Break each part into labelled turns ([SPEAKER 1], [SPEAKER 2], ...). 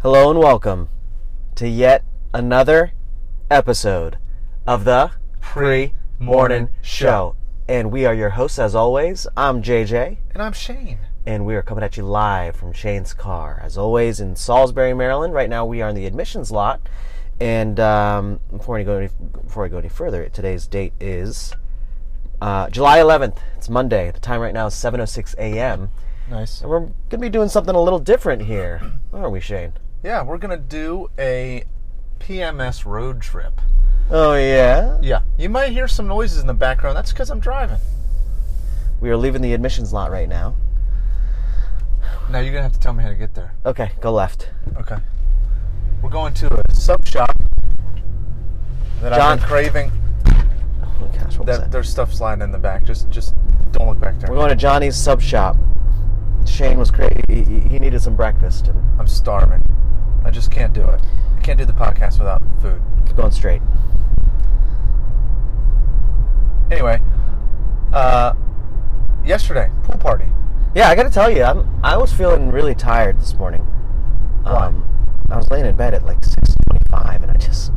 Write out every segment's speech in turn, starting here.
[SPEAKER 1] Hello and welcome to yet another episode of the
[SPEAKER 2] Pre
[SPEAKER 1] Morning Show. And we are your hosts as always. I'm JJ,
[SPEAKER 2] And I'm Shane.
[SPEAKER 1] and we are coming at you live from Shane's car, as always, in Salisbury, Maryland. Right now, we are in the admissions lot. And um, before, I go any, before I go any further, today's date is uh, July 11th. It's Monday. The time right now is 7.06 a.m.
[SPEAKER 2] Nice.
[SPEAKER 1] And we're going to be doing something a little different here, aren't we, Shane?
[SPEAKER 2] Yeah, we're gonna do a PMS road trip.
[SPEAKER 1] Oh, yeah?
[SPEAKER 2] Yeah. You might hear some noises in the background. That's because I'm driving.
[SPEAKER 1] We are leaving the admissions lot right now.
[SPEAKER 2] Now you're gonna have to tell me how to get there.
[SPEAKER 1] Okay, go left.
[SPEAKER 2] Okay. We're going to a sub shop that
[SPEAKER 1] John.
[SPEAKER 2] I've been craving.
[SPEAKER 1] Oh my gosh, what was
[SPEAKER 2] That
[SPEAKER 1] that?
[SPEAKER 2] there's stuff sliding in the back. Just just don't look back there.
[SPEAKER 1] We're going to Johnny's sub shop. Shane was crazy. He, he needed some breakfast and
[SPEAKER 2] I'm starving. I just can't do it. I can't do the podcast without food.
[SPEAKER 1] keep going straight.
[SPEAKER 2] Anyway, uh, yesterday pool party.
[SPEAKER 1] Yeah, I got to tell you, I'm, I was feeling really tired this morning. Um,
[SPEAKER 2] Why?
[SPEAKER 1] I was laying in bed at like 6:25, and I just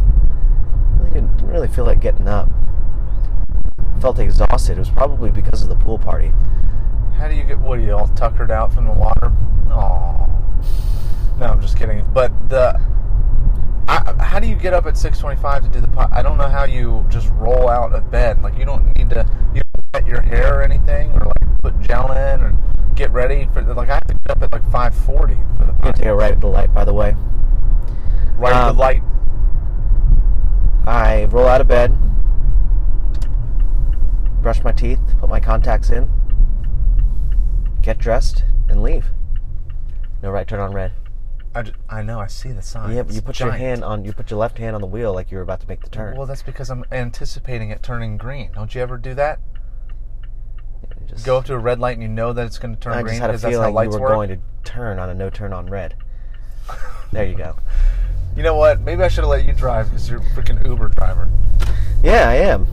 [SPEAKER 1] really didn't, didn't really feel like getting up. Felt exhausted. It was probably because of the pool party.
[SPEAKER 2] How do you get what are you all tuckered out from the water? Oh, no, I'm just kidding. But the I, how do you get up at 6:25 to do the pot? I don't know how you just roll out of bed. Like you don't need to you don't wet your hair or anything, or like put gel in or get ready for like I have to get up at like 5:40 for the
[SPEAKER 1] I'm gonna
[SPEAKER 2] pot.
[SPEAKER 1] take a right at the light, by the way.
[SPEAKER 2] right at
[SPEAKER 1] Um,
[SPEAKER 2] the light.
[SPEAKER 1] I roll out of bed, brush my teeth, put my contacts in, get dressed, and leave. No right turn on red.
[SPEAKER 2] I, ju- I know I see the sign.
[SPEAKER 1] Yep,
[SPEAKER 2] It's
[SPEAKER 1] you put your
[SPEAKER 2] giant.
[SPEAKER 1] hand on you put your left hand on the wheel like you were about to make the turn.
[SPEAKER 2] Well, that's because I'm anticipating it turning green. Don't you ever do that?
[SPEAKER 1] You just,
[SPEAKER 2] Go up to a red light and you know that it's going to turn
[SPEAKER 1] I
[SPEAKER 2] green
[SPEAKER 1] just had a
[SPEAKER 2] because that's how
[SPEAKER 1] feeling you
[SPEAKER 2] lights
[SPEAKER 1] were
[SPEAKER 2] work.
[SPEAKER 1] going to turn on a no turn on red. There you go.
[SPEAKER 2] You know what? Maybe I should have let you drive because you're a freaking Uber driver.
[SPEAKER 1] Yeah, I am.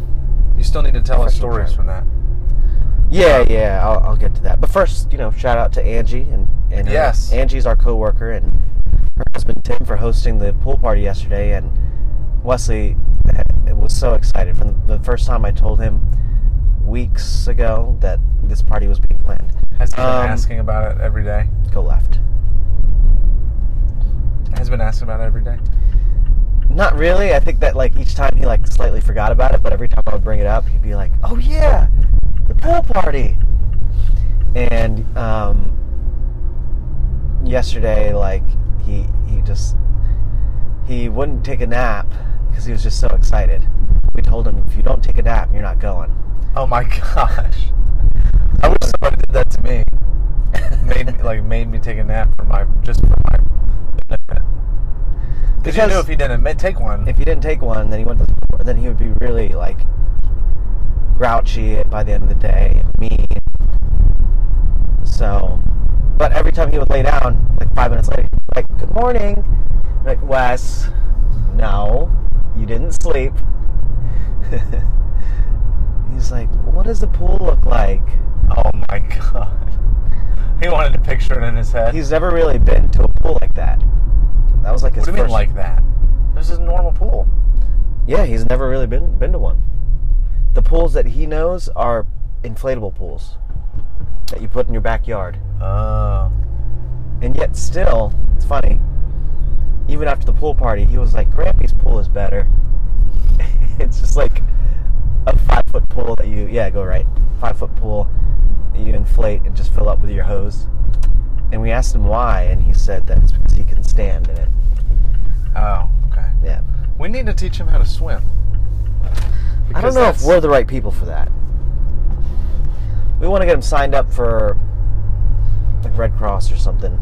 [SPEAKER 2] You still need to tell us
[SPEAKER 1] Professional
[SPEAKER 2] stories from that.
[SPEAKER 1] Yeah, yeah, I'll, I'll get to that. But first, you know, shout out to Angie and and her-
[SPEAKER 2] Yes.
[SPEAKER 1] Angie's our coworker and her husband Tim for hosting the pool party yesterday. And Wesley had- was so excited from the first time I told him weeks ago that this party was being planned.
[SPEAKER 2] Has been
[SPEAKER 1] Um,
[SPEAKER 2] asking about it every day.
[SPEAKER 1] Go left.
[SPEAKER 2] Has been asking about it every day.
[SPEAKER 1] Not really. I think that like each time he like slightly forgot about it, but every time I would bring it up, he'd be like, "Oh yeah, the pool party." And um, yesterday, like he he just he wouldn't take a nap because he was just so excited. We told him, "If you don't take a nap, you're not going."
[SPEAKER 2] Oh my gosh! I wish somebody did that to me. made me like made me take a nap for my just for my benefit. Because you
[SPEAKER 1] Because-
[SPEAKER 2] knew if he didn't ma- take one,
[SPEAKER 1] If he didn't take one, then he went to the store, then he would be really like grouchy by the end of the day and mean. So, but every time he would lay down, like five minutes later, he'd be like good morning, I'm like Wes, no, you didn't sleep. He's like, what does the pool look like?
[SPEAKER 2] oh my god! He wanted to picture it in his head.
[SPEAKER 1] He's never really been to a pool like that. That was like his
[SPEAKER 2] what do you
[SPEAKER 1] first.
[SPEAKER 2] mean like that? This is a normal pool.
[SPEAKER 1] Yeah, he's never really been been to one. The pools that he knows are inflatable pools that you put in your backyard.
[SPEAKER 2] Oh.
[SPEAKER 1] And yet still, it's funny. Even after the pool party, he was like, Grampy's pool is better. it's just like a five foot pool that you yeah, go right. Five foot pool that you inflate and just fill up with your hose. And we asked him why and he said that it's because he can stand in it.
[SPEAKER 2] Oh. Okay.
[SPEAKER 1] Yeah.
[SPEAKER 2] We need to teach him how to swim.
[SPEAKER 1] I don't
[SPEAKER 2] Because
[SPEAKER 1] know if
[SPEAKER 2] that's-
[SPEAKER 1] we're the right people for that. We want to get him signed up for like Red Cross or something.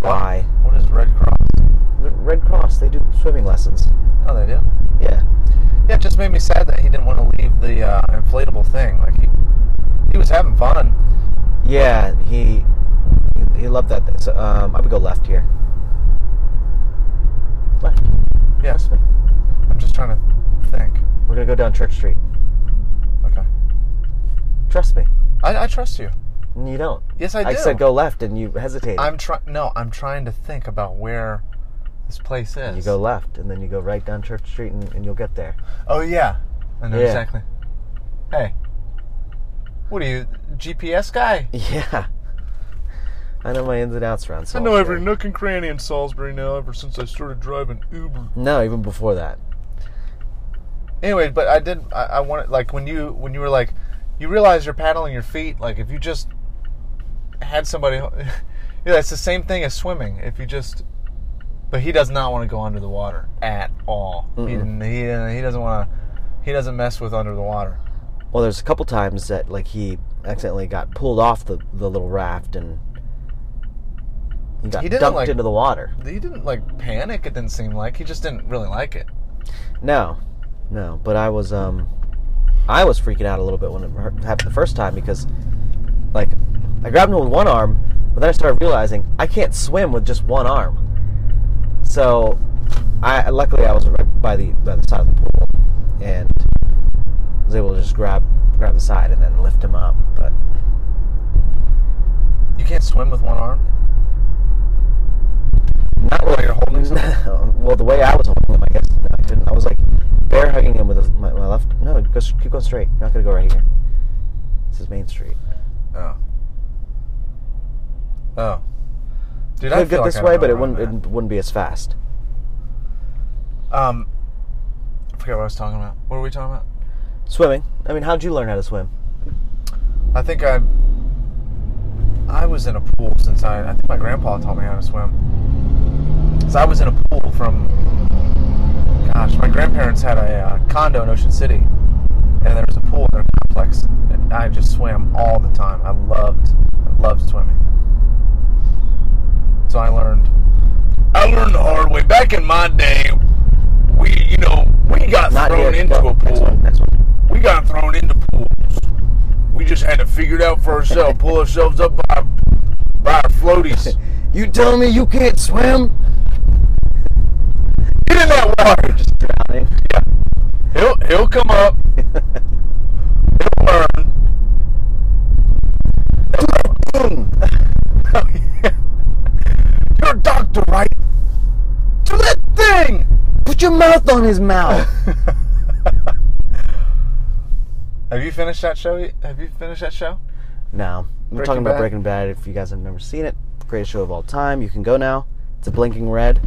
[SPEAKER 1] Why?
[SPEAKER 2] What is Red Cross?
[SPEAKER 1] The Red Cross, they do swimming lessons.
[SPEAKER 2] Oh, they do.
[SPEAKER 1] Yeah.
[SPEAKER 2] Yeah, it just made me sad that he didn't want to leave the uh, inflatable thing. Like he, he was having fun.
[SPEAKER 1] Yeah, he he- he loved that. So, um, I would go left here. Left.
[SPEAKER 2] Yes. I'm just trying to think.
[SPEAKER 1] We're gonna go down Church Street.
[SPEAKER 2] Okay.
[SPEAKER 1] Trust me.
[SPEAKER 2] I, I trust you.
[SPEAKER 1] And you don't.
[SPEAKER 2] Yes, I
[SPEAKER 1] I
[SPEAKER 2] do.
[SPEAKER 1] said go left, and you hesitated.
[SPEAKER 2] I'm trying. No, I'm trying to think about where this place is.
[SPEAKER 1] you go left, and then you go right down Church Street, and, and you'll get there.
[SPEAKER 2] Oh yeah, I know
[SPEAKER 1] Yeah.
[SPEAKER 2] exactly. Hey, what are you, GPS guy?
[SPEAKER 1] Yeah. I know my ins and outs around
[SPEAKER 2] I
[SPEAKER 1] Salisbury.
[SPEAKER 2] know every nook and cranny in Salisbury now. Ever since I started driving Uber.
[SPEAKER 1] No, even before that.
[SPEAKER 2] Anyway, but I did. I, I wanted like when you when you were like, you realize you're paddling your feet. Like if you just had somebody, yeah, it's the same thing as swimming. If you just, but he does not want to go under the water at all. He didn't, he didn't, he doesn't want to. He doesn't mess with under the water.
[SPEAKER 1] Well, there's a couple times that like he accidentally got pulled off the, the little raft and he got
[SPEAKER 2] He didn't,
[SPEAKER 1] dunked
[SPEAKER 2] like-
[SPEAKER 1] into the water.
[SPEAKER 2] He didn't like panic. It didn't seem like he just didn't really like it.
[SPEAKER 1] No, no. But I was um, I was freaking out a little bit when it hurt- happened the first time because, like, I grabbed him with one arm, but then I started realizing I can't swim with just one arm. So, I luckily I was right by the by the side of the pool, and was able to just grab grab the side and then lift him up. But
[SPEAKER 2] You can't swim with one arm.
[SPEAKER 1] not
[SPEAKER 2] While you're holding
[SPEAKER 1] No. Well, the way I was holding him, I guess no, I couldn't. I was like bear hugging him with my, my left. No, go, s- keep going straight. You're not gonna go right here. This is Main Street.
[SPEAKER 2] Oh. Oh. Dude,
[SPEAKER 1] could
[SPEAKER 2] feel
[SPEAKER 1] get
[SPEAKER 2] like
[SPEAKER 1] this
[SPEAKER 2] I
[SPEAKER 1] way,
[SPEAKER 2] don't
[SPEAKER 1] but it
[SPEAKER 2] know
[SPEAKER 1] wouldn't
[SPEAKER 2] about
[SPEAKER 1] it wouldn't be as fast.
[SPEAKER 2] that. Um, I forgot what I was talking about. What were we talking about?
[SPEAKER 1] Swimming. I mean, how'd you learn how to swim?
[SPEAKER 2] I think I. I was in a pool since I. I think my grandpa taught me how to swim. Cause I was in a pool from. Gosh, my grandparents had a uh, condo in Ocean City, and there was a pool in their complex, and I just swam all the time. I loved, I loved swimming. So I learned. I learned the hard way. Back in my day, we, you know, we got
[SPEAKER 1] here. No, Next one. Next one.
[SPEAKER 2] we got thrown into pools. We just had to figure it out for ourselves, pull ourselves up by, by our floaties.
[SPEAKER 1] You tell me you can't swim?
[SPEAKER 2] Get in that water.
[SPEAKER 1] You're just drowning.
[SPEAKER 2] He'll he'll come up. He'll learn. Boom. You're a doctor, right? Do that thing.
[SPEAKER 1] Put your mouth on his mouth.
[SPEAKER 2] Have you finished that show? yet? Have you finished that show?
[SPEAKER 1] no, we're
[SPEAKER 2] Breaking
[SPEAKER 1] talking about
[SPEAKER 2] Bad.
[SPEAKER 1] Breaking Bad. If you guys have never seen it, greatest show of all time. You can go now. It's a blinking red.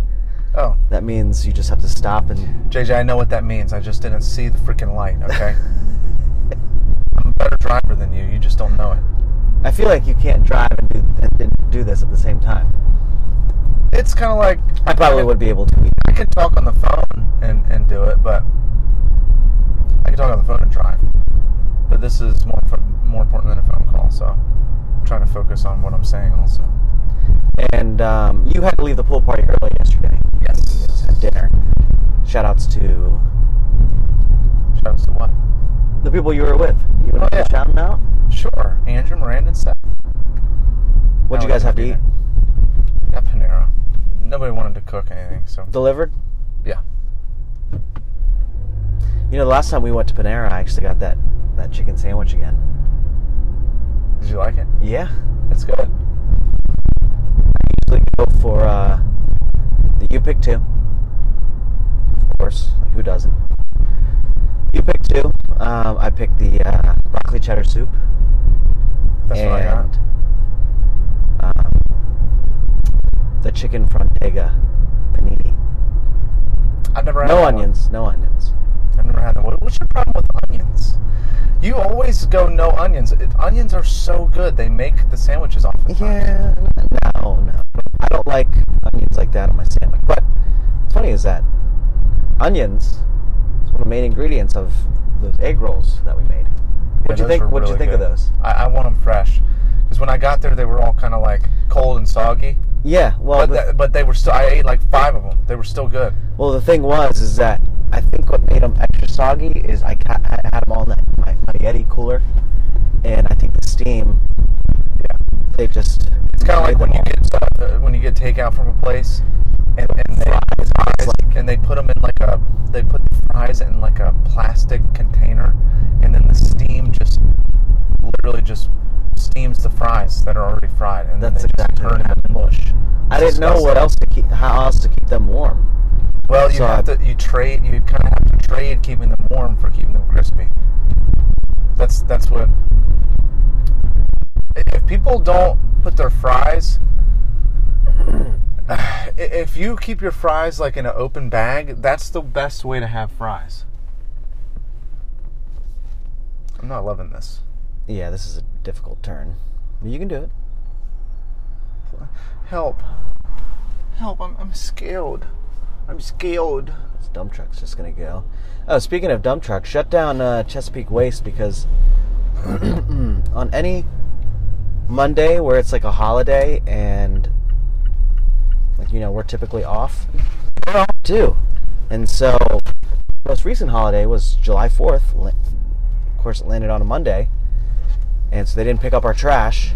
[SPEAKER 2] Oh,
[SPEAKER 1] That means you just have to stop and
[SPEAKER 2] JJ, I know what that means. I just didn't see the freaking light, okay? I'm a better driver than you. You just don't know it.
[SPEAKER 1] I feel like you can't drive and do and, and do this at the same time.
[SPEAKER 2] It's kind of like
[SPEAKER 1] I probably would be able to.
[SPEAKER 2] I could talk on the phone and, and do it, but I could talk on the phone and drive. But this is more fo- more important than a phone call, so I'm trying to focus on what I'm saying also.
[SPEAKER 1] And um, you had to leave the pool party early yesterday.
[SPEAKER 2] Yes.
[SPEAKER 1] At dinner. Shoutouts to
[SPEAKER 2] Shouts to what?
[SPEAKER 1] the people you were with. You want
[SPEAKER 2] Oh,
[SPEAKER 1] to
[SPEAKER 2] yeah.
[SPEAKER 1] shout them out?
[SPEAKER 2] Sure, Andrew, Miranda, and Seth.
[SPEAKER 1] What'd you
[SPEAKER 2] Now
[SPEAKER 1] guys have to eat?
[SPEAKER 2] Panera. Got Panera. Nobody wanted to cook anything, so
[SPEAKER 1] Delivered?
[SPEAKER 2] yeah.
[SPEAKER 1] You know, the last time we went to Panera, I actually got that, that chicken sandwich again.
[SPEAKER 2] Did you like it?
[SPEAKER 1] Yeah.
[SPEAKER 2] It's good.
[SPEAKER 1] Usually go for uh, the you pick two. Of course, who doesn't? You pick two. Um, I picked the uh, broccoli cheddar soup.
[SPEAKER 2] That's
[SPEAKER 1] and,
[SPEAKER 2] what I got.
[SPEAKER 1] Um, the chicken frontega panini.
[SPEAKER 2] I've never had
[SPEAKER 1] No
[SPEAKER 2] that one.
[SPEAKER 1] onions. No onions.
[SPEAKER 2] I've never had that. What, what's your problem with onions? You always go no onions. It, onions are so good. They make the sandwiches often.
[SPEAKER 1] Yeah, no, no. I don't like onions like that on my sandwich. But what's funny is that onions is one of the main ingredients of those egg rolls that we made. What'd you think? What'd you think of those?
[SPEAKER 2] I, I want them fresh because when I got there, they were all kind of like cold and soggy.
[SPEAKER 1] Yeah, well,
[SPEAKER 2] But
[SPEAKER 1] the,
[SPEAKER 2] that, but they were still. I ate like five of them. They were still good.
[SPEAKER 1] well, the thing was is that I think what made them extra soggy is I, ca- I had them all in that, my, my Yeti cooler, and I think the steam. Yeah, they just
[SPEAKER 2] It's kind of like
[SPEAKER 1] made
[SPEAKER 2] when
[SPEAKER 1] them
[SPEAKER 2] you
[SPEAKER 1] all-
[SPEAKER 2] get stuff, uh, when you get takeout from a place, and, and they
[SPEAKER 1] Fries, it's like-
[SPEAKER 2] and they put them in like a they put the fries in like a plastic container, and then the steam just literally just steams the fries that are already fried, and
[SPEAKER 1] That's
[SPEAKER 2] then they
[SPEAKER 1] exactly
[SPEAKER 2] just
[SPEAKER 1] what
[SPEAKER 2] turn into
[SPEAKER 1] happened.
[SPEAKER 2] mush.
[SPEAKER 1] I didn't know what else to keep, how else to keep them warm.
[SPEAKER 2] Well, you
[SPEAKER 1] So
[SPEAKER 2] have
[SPEAKER 1] I-
[SPEAKER 2] to you trade you kind of have to trade keeping them warm for keeping them crispy. That's that's what. i- If people don't put their fries, i- if you keep your fries like in an open bag, that's the best way to have fries. I'm not loving this.
[SPEAKER 1] Yeah, this is a difficult turn. But you can do it.
[SPEAKER 2] Help! Help! I'm I'm scared. I'm scared.
[SPEAKER 1] This dump truck's just gonna go. Oh, speaking of dump trucks, shut down uh, Chesapeake Waste because on any Monday where it's like a holiday and like you know we're typically off too, and so most recent holiday was July Fourth. Of course, it landed on a Monday, and so they didn't pick up our trash,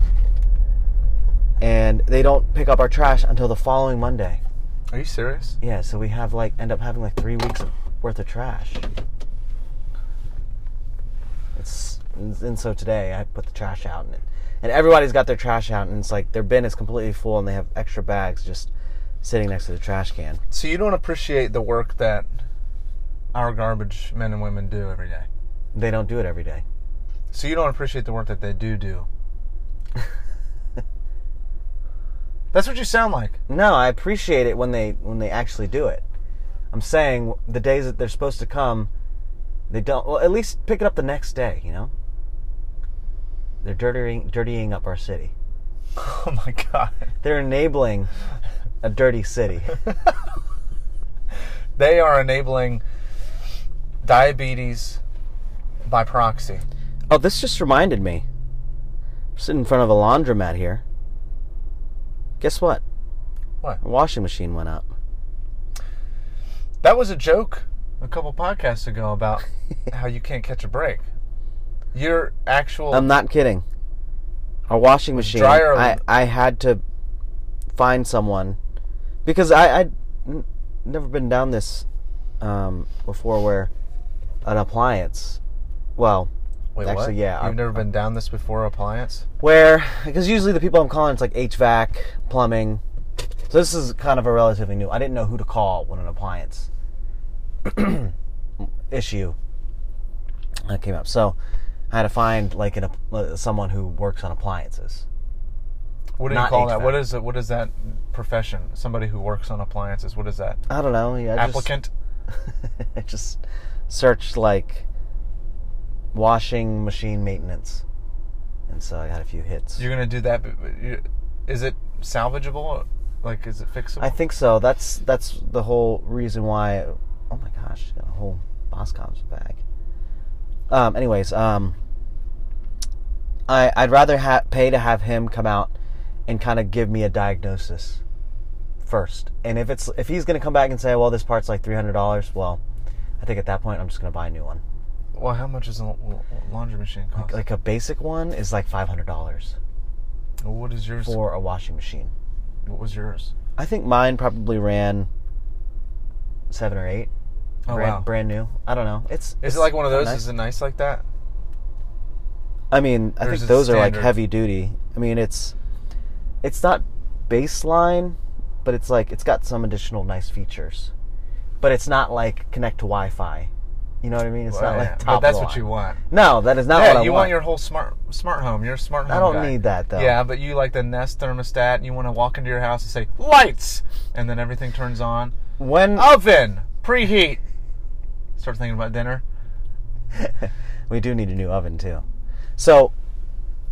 [SPEAKER 1] and they don't pick up our trash until the following Monday.
[SPEAKER 2] Are you serious?
[SPEAKER 1] Yeah, so we have like end up having like three weeks worth of trash. It's and and so today I put the trash out and it, and everybody's got their trash out and it's like their bin is completely full and they have extra bags just sitting next to the trash can.
[SPEAKER 2] So you don't appreciate the work that our garbage men and women do every day.
[SPEAKER 1] They don't do it every day.
[SPEAKER 2] So you don't appreciate the work that they do do. That's what you sound like.
[SPEAKER 1] No, I appreciate it when they when they actually do it. I'm saying the days that they're supposed to come, they don't. Well, at least pick it up the next day. You know, they're dirtying dirtying up our city.
[SPEAKER 2] Oh my god.
[SPEAKER 1] They're enabling a dirty city.
[SPEAKER 2] They are enabling diabetes by proxy.
[SPEAKER 1] Oh, this just reminded me. I'm sitting in front of a laundromat here. Guess what?
[SPEAKER 2] What?
[SPEAKER 1] A washing machine went up.
[SPEAKER 2] That was a joke a couple podcasts ago about how you can't catch a break. Your actual
[SPEAKER 1] I'm not kidding. Our washing machine.
[SPEAKER 2] Dryer-
[SPEAKER 1] I, I had to find someone because I I'd n- never been down this um, before where an appliance. Well,
[SPEAKER 2] Wait,
[SPEAKER 1] actually,
[SPEAKER 2] what?
[SPEAKER 1] yeah,
[SPEAKER 2] You've
[SPEAKER 1] I'm-
[SPEAKER 2] never been down this before appliance?
[SPEAKER 1] where because usually the people I'm calling it's like HVAC, plumbing. So this is kind of a relatively new. I didn't know who to call when an appliance issue uh, came up. So I had to find like an app- uh, someone who works on appliances.
[SPEAKER 2] What do you
[SPEAKER 1] Not
[SPEAKER 2] call that?
[SPEAKER 1] HVAC.
[SPEAKER 2] What is it? What is that profession? Somebody who works on appliances. What is that?
[SPEAKER 1] I don't know. Yeah, I
[SPEAKER 2] Applicant.
[SPEAKER 1] Just, I just searched like washing machine maintenance, and so I got a few hits.
[SPEAKER 2] You're gonna do that. but- but you- Is it salvageable? Like, is it fixable?
[SPEAKER 1] I think so. That's that's the whole reason why. Oh my gosh, she's got a whole Boscom's bag. Um. Anyways, um. I I'd rather ha- pay to have him come out and kind of give me a diagnosis first. And if it's if he's gonna come back and say, well, this part's like three hundred dollars, well, I think at that point I'm just gonna buy a new one.
[SPEAKER 2] Well, how much does a la- laundry machine cost?
[SPEAKER 1] Like a basic one is like five hundred dollars
[SPEAKER 2] what is yours?
[SPEAKER 1] for a washing machine.
[SPEAKER 2] What was yours?
[SPEAKER 1] I think mine probably ran seven or eight.
[SPEAKER 2] Oh
[SPEAKER 1] brand,
[SPEAKER 2] wow.
[SPEAKER 1] brand new. I don't know. It's
[SPEAKER 2] is
[SPEAKER 1] it's
[SPEAKER 2] it like one of those?
[SPEAKER 1] nice.
[SPEAKER 2] Is it nice like that?
[SPEAKER 1] I mean, I
[SPEAKER 2] or
[SPEAKER 1] think
[SPEAKER 2] is it
[SPEAKER 1] those are like
[SPEAKER 2] standard?
[SPEAKER 1] heavy duty. I mean, it's it's not baseline, but it's like it's got some additional nice features. But it's not like connect to Wi-Fi. You know what I mean? It's
[SPEAKER 2] Well,
[SPEAKER 1] not
[SPEAKER 2] yeah,
[SPEAKER 1] like top.
[SPEAKER 2] But that's
[SPEAKER 1] of the
[SPEAKER 2] what you
[SPEAKER 1] line.
[SPEAKER 2] want.
[SPEAKER 1] No, that is not
[SPEAKER 2] yeah,
[SPEAKER 1] what I
[SPEAKER 2] you
[SPEAKER 1] want.
[SPEAKER 2] want your whole smart smart home. You're a smart home.
[SPEAKER 1] I don't
[SPEAKER 2] guy.
[SPEAKER 1] need that though.
[SPEAKER 2] Yeah, but you like the Nest thermostat, and you want to walk into your house and say lights, and then everything turns on.
[SPEAKER 1] When
[SPEAKER 2] Oven preheat. Start thinking about dinner.
[SPEAKER 1] we do need a new oven too. So,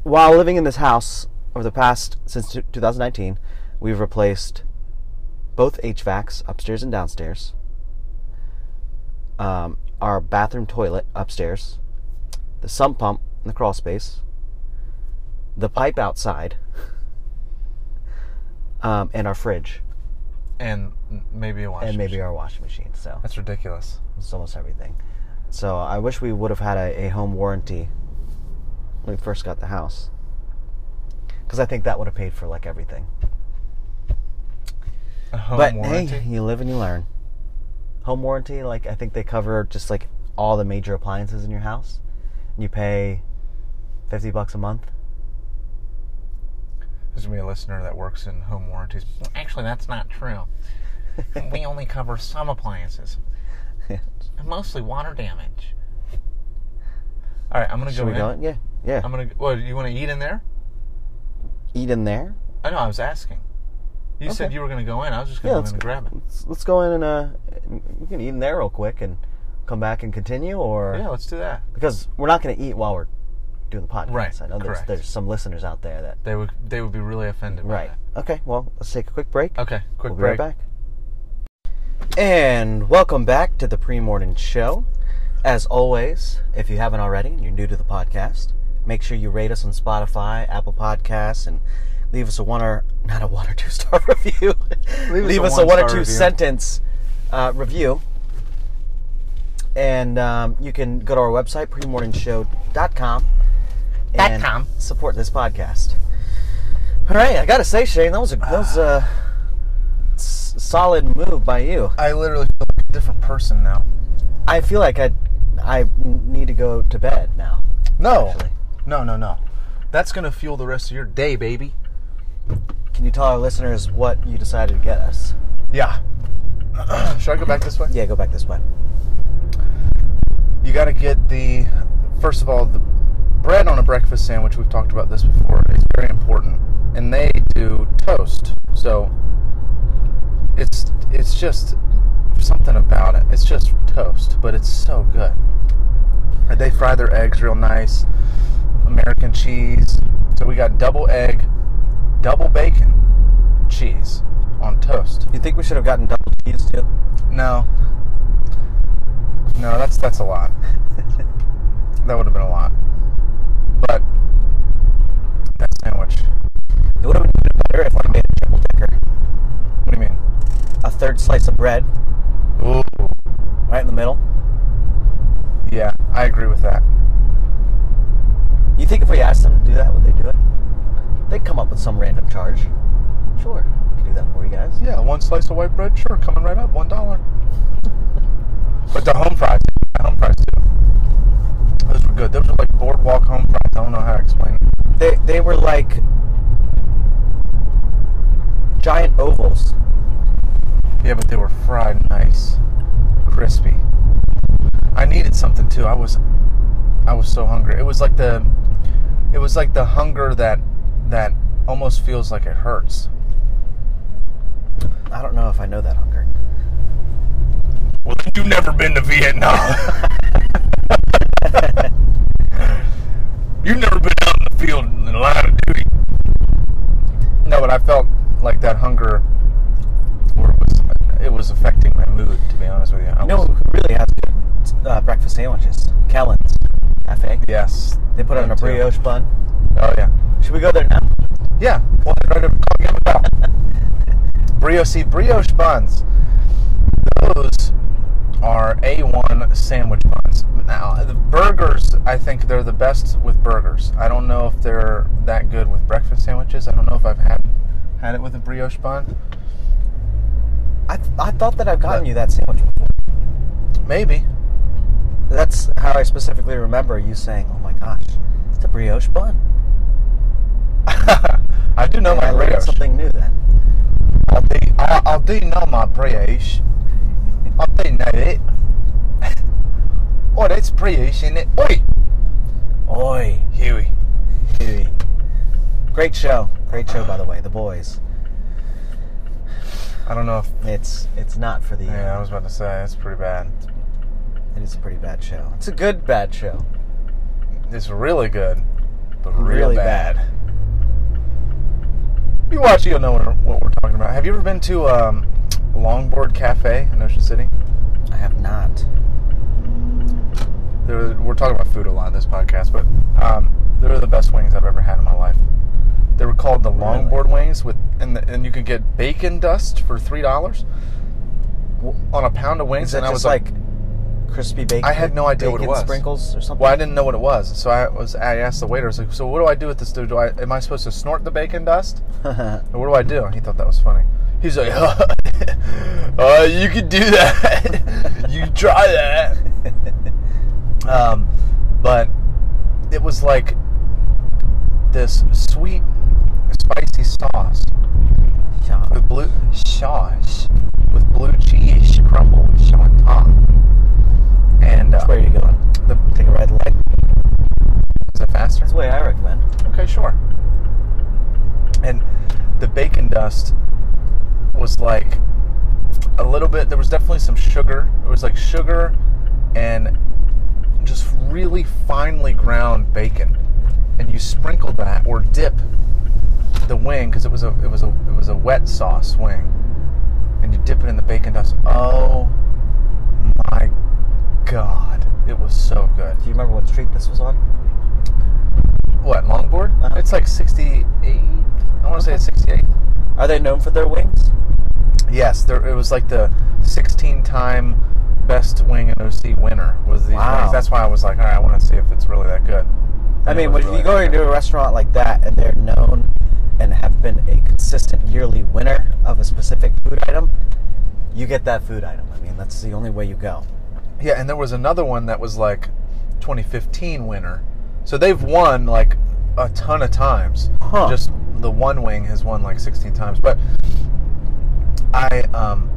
[SPEAKER 1] while living in this house over the past since t- 2019, we've replaced both HVACs upstairs and downstairs. Um, our bathroom toilet upstairs, the sump pump in the crawl space, the pipe outside, um, and our fridge,
[SPEAKER 2] and m- maybe a washing
[SPEAKER 1] and maybe
[SPEAKER 2] machine.
[SPEAKER 1] our washing machine. So
[SPEAKER 2] that's ridiculous.
[SPEAKER 1] It's almost everything. So I wish we would have had a, a home warranty when we first got the house. Because I think that would have paid for like everything.
[SPEAKER 2] A home
[SPEAKER 1] but
[SPEAKER 2] warranty.
[SPEAKER 1] hey, you live and you learn. Home warranty, like I think they cover just like all the major appliances in your house. And you pay 50 bucks a month
[SPEAKER 2] There's gonna be a listener that works in home warranties. Well, actually, that's not true. we only cover some appliances, and mostly water damage. All right, I'm gonna
[SPEAKER 1] Should
[SPEAKER 2] go
[SPEAKER 1] we
[SPEAKER 2] in.
[SPEAKER 1] go? in? Yeah, yeah.
[SPEAKER 2] I'm gonna. Well, you want to eat in there?
[SPEAKER 1] Eat in there.
[SPEAKER 2] I know. I was asking. You said
[SPEAKER 1] Okay.
[SPEAKER 2] you were gonna go in. I was just
[SPEAKER 1] Yeah,
[SPEAKER 2] gonna go
[SPEAKER 1] let's
[SPEAKER 2] in and grab it.
[SPEAKER 1] Let's, let's go in and uh, we can eat in there real quick and come back and continue, or
[SPEAKER 2] Yeah, let's do that.
[SPEAKER 1] because we're not going to eat while we're doing the podcast.
[SPEAKER 2] Right,
[SPEAKER 1] I know there's,
[SPEAKER 2] correct.
[SPEAKER 1] there's some listeners out there that
[SPEAKER 2] They would. They would be really offended. by
[SPEAKER 1] right. Okay, well let's take a quick break.
[SPEAKER 2] that. Uh-huh. Okay. Quick
[SPEAKER 1] we'll be
[SPEAKER 2] break.
[SPEAKER 1] right back. And welcome back to the pre-morning show. As always, if you haven't already and you're new to the podcast, make sure you rate us on Spotify, Apple Podcasts, and leave us a one or not a one or two star review.
[SPEAKER 2] Leave us
[SPEAKER 1] us
[SPEAKER 2] a
[SPEAKER 1] a one or
[SPEAKER 2] one-star
[SPEAKER 1] two
[SPEAKER 2] review.
[SPEAKER 1] sentence uh, review. And um, you can go to our website, premorningshow.com, and
[SPEAKER 2] com.
[SPEAKER 1] support this podcast. All right, I gotta say, Shane, that was a that was a s- solid move by you.
[SPEAKER 2] I literally feel like a different person now.
[SPEAKER 1] I feel like I I need to go to bed now.
[SPEAKER 2] No.
[SPEAKER 1] Actually.
[SPEAKER 2] No, no, no. That's going to fuel the rest of your day, baby.
[SPEAKER 1] Can you tell our listeners what you decided to get us?
[SPEAKER 2] Yeah. Should I go back this way?
[SPEAKER 1] Yeah, go back this way.
[SPEAKER 2] You got to get the, first of all, the bread on a breakfast sandwich, we've talked about this before, is very important. And they do toast. So it's it's just something about it. It's just toast, but it's so good. And They fry their eggs real nice. American cheese. So we got double egg, double bacon, cheese on toast.
[SPEAKER 1] You think we should have gotten double cheese too?
[SPEAKER 2] No. No, that's that's a lot. that would have been a lot. But that sandwich.
[SPEAKER 1] It would have been better if we made a triple decker,
[SPEAKER 2] What do you mean?
[SPEAKER 1] a third slice of bread
[SPEAKER 2] Ooh.
[SPEAKER 1] right in the middle.
[SPEAKER 2] Yeah, I agree with that.
[SPEAKER 1] You think if we asked them to do that, would they do it? They'd come up with some random charge. Sure, we can do that for you guys.
[SPEAKER 2] Yeah, one slice of white bread, sure, coming right up, one dollar. but the home fries, the home fries too. Those were good. Those were like boardwalk home fries. I don't know how to explain. It.
[SPEAKER 1] they they were like giant ovals.
[SPEAKER 2] Yeah, but they were fried nice, crispy. I needed something too. I was, I was so hungry. It was like the, it was like the hunger that, that almost feels like it hurts.
[SPEAKER 1] I don't know if I know that hunger.
[SPEAKER 2] Well, you've never been to Vietnam. you've never been out in the field in the line of duty. No, but I felt like that hunger, or it was, it was affecting my mood. To be honest with you, I
[SPEAKER 1] You know
[SPEAKER 2] was-
[SPEAKER 1] who really has good uh, breakfast sandwiches? Kellen's Cafe.
[SPEAKER 2] yes,
[SPEAKER 1] They put it on a
[SPEAKER 2] Them too.
[SPEAKER 1] brioche bun.
[SPEAKER 2] Oh yeah.
[SPEAKER 1] Should we go there now?
[SPEAKER 2] Yeah, we'll head right over to Coffee Gamble Bell. Brioche, see, brioche buns. Those are A1 sandwich buns. Now, the burgers, I think they're the best with burgers. I don't know if they're that good with breakfast sandwiches. I don't know if I've had had it with a brioche bun.
[SPEAKER 1] I, th- I thought that I've gotten
[SPEAKER 2] But-
[SPEAKER 1] you that sandwich. before.
[SPEAKER 2] Maybe.
[SPEAKER 1] That's how I specifically remember you saying, "Oh my gosh, it's a brioche bun."
[SPEAKER 2] I do know
[SPEAKER 1] And I
[SPEAKER 2] my
[SPEAKER 1] learned
[SPEAKER 2] brioche.
[SPEAKER 1] something new then.
[SPEAKER 2] I do, I, I do know my brioche. I do know it. oh, that's brioche, isn't it? Wait,
[SPEAKER 1] Oi,
[SPEAKER 2] Huey.
[SPEAKER 1] Huey. Great show. Great show, by the way. The boys.
[SPEAKER 2] I don't know if
[SPEAKER 1] It's it's not for the.
[SPEAKER 2] Yeah, I was about to say that's pretty bad.
[SPEAKER 1] It is a pretty bad show. It's a good bad show.
[SPEAKER 2] It's really good, but real
[SPEAKER 1] Really
[SPEAKER 2] bad. You watch, it, you'll know what, what we're talking about. Have you ever been to um, Longboard Cafe in Ocean City?
[SPEAKER 1] I have not.
[SPEAKER 2] They were, we're talking about food a lot in this podcast, but um, they were the best wings I've ever had in my life. They were called the
[SPEAKER 1] Really?
[SPEAKER 2] Longboard Wings, with and the, and you could get bacon dust for three dollars on a pound of wings,
[SPEAKER 1] Is it
[SPEAKER 2] and I was
[SPEAKER 1] just like crispy bacon?
[SPEAKER 2] I had no idea what it
[SPEAKER 1] bacon
[SPEAKER 2] was.
[SPEAKER 1] Sprinkles or something.
[SPEAKER 2] Well, I didn't know what it was, so I was. I asked the waiter, I was like, "So what do I do with this? Do I am I supposed to snort the bacon dust? Or what do I do?" And he thought that was funny. He's like, "Uh, you could do that. you could try that." Um, but it was like this sweet spicy sauce
[SPEAKER 1] Yeah.
[SPEAKER 2] with blue sauce with blue cheese crumbles on top. And uh,
[SPEAKER 1] That's where you're going.
[SPEAKER 2] the
[SPEAKER 1] Take a red light.
[SPEAKER 2] is it faster?
[SPEAKER 1] That's the way I recommend.
[SPEAKER 2] Okay, sure. And the bacon dust was like a little bit. There was definitely some sugar. It was like sugar and just really finely ground bacon, and you sprinkle that or dip the wing because it was a it was a it was a wet sauce wing, and you dip it in the bacon dust. Oh my god, it was so good.
[SPEAKER 1] Do you remember what street this was on?
[SPEAKER 2] What longboard?
[SPEAKER 1] Uh-huh.
[SPEAKER 2] It's like sixty-eight. I want to say it's sixty-eight.
[SPEAKER 1] Are they known for their wings?
[SPEAKER 2] Yes, there. It was like the sixteen-time best wing and OC winner was these
[SPEAKER 1] Wow.
[SPEAKER 2] wings. That's why I was like, all right, I want to see if it's really that good.
[SPEAKER 1] I
[SPEAKER 2] And it
[SPEAKER 1] mean,
[SPEAKER 2] was
[SPEAKER 1] when
[SPEAKER 2] really
[SPEAKER 1] you go
[SPEAKER 2] that
[SPEAKER 1] into a restaurant like that and they're known and have been a consistent yearly winner of a specific food item, you get that food item. I mean, that's the only way you go.
[SPEAKER 2] good. yeah, and there was another one that was like twenty fifteen winner. So they've won like a ton of times.
[SPEAKER 1] Huh.
[SPEAKER 2] Just the one wing has won like sixteen times. But I um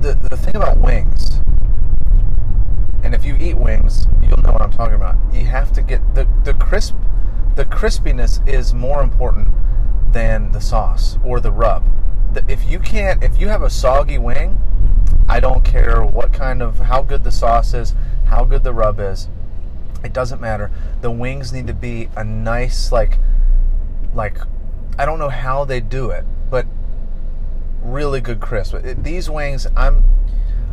[SPEAKER 2] the the thing about wings and if you eat wings, you'll know what I'm talking about. You have to get the the crisp the crispiness is more important than the sauce or the rub. The, if you can't if you have a soggy wing, I don't care what kind of how good the sauce is, how good the rub is. It doesn't matter. The wings need to be a nice like like I don't know how they do it, but really good crisp. It- these wings, I'm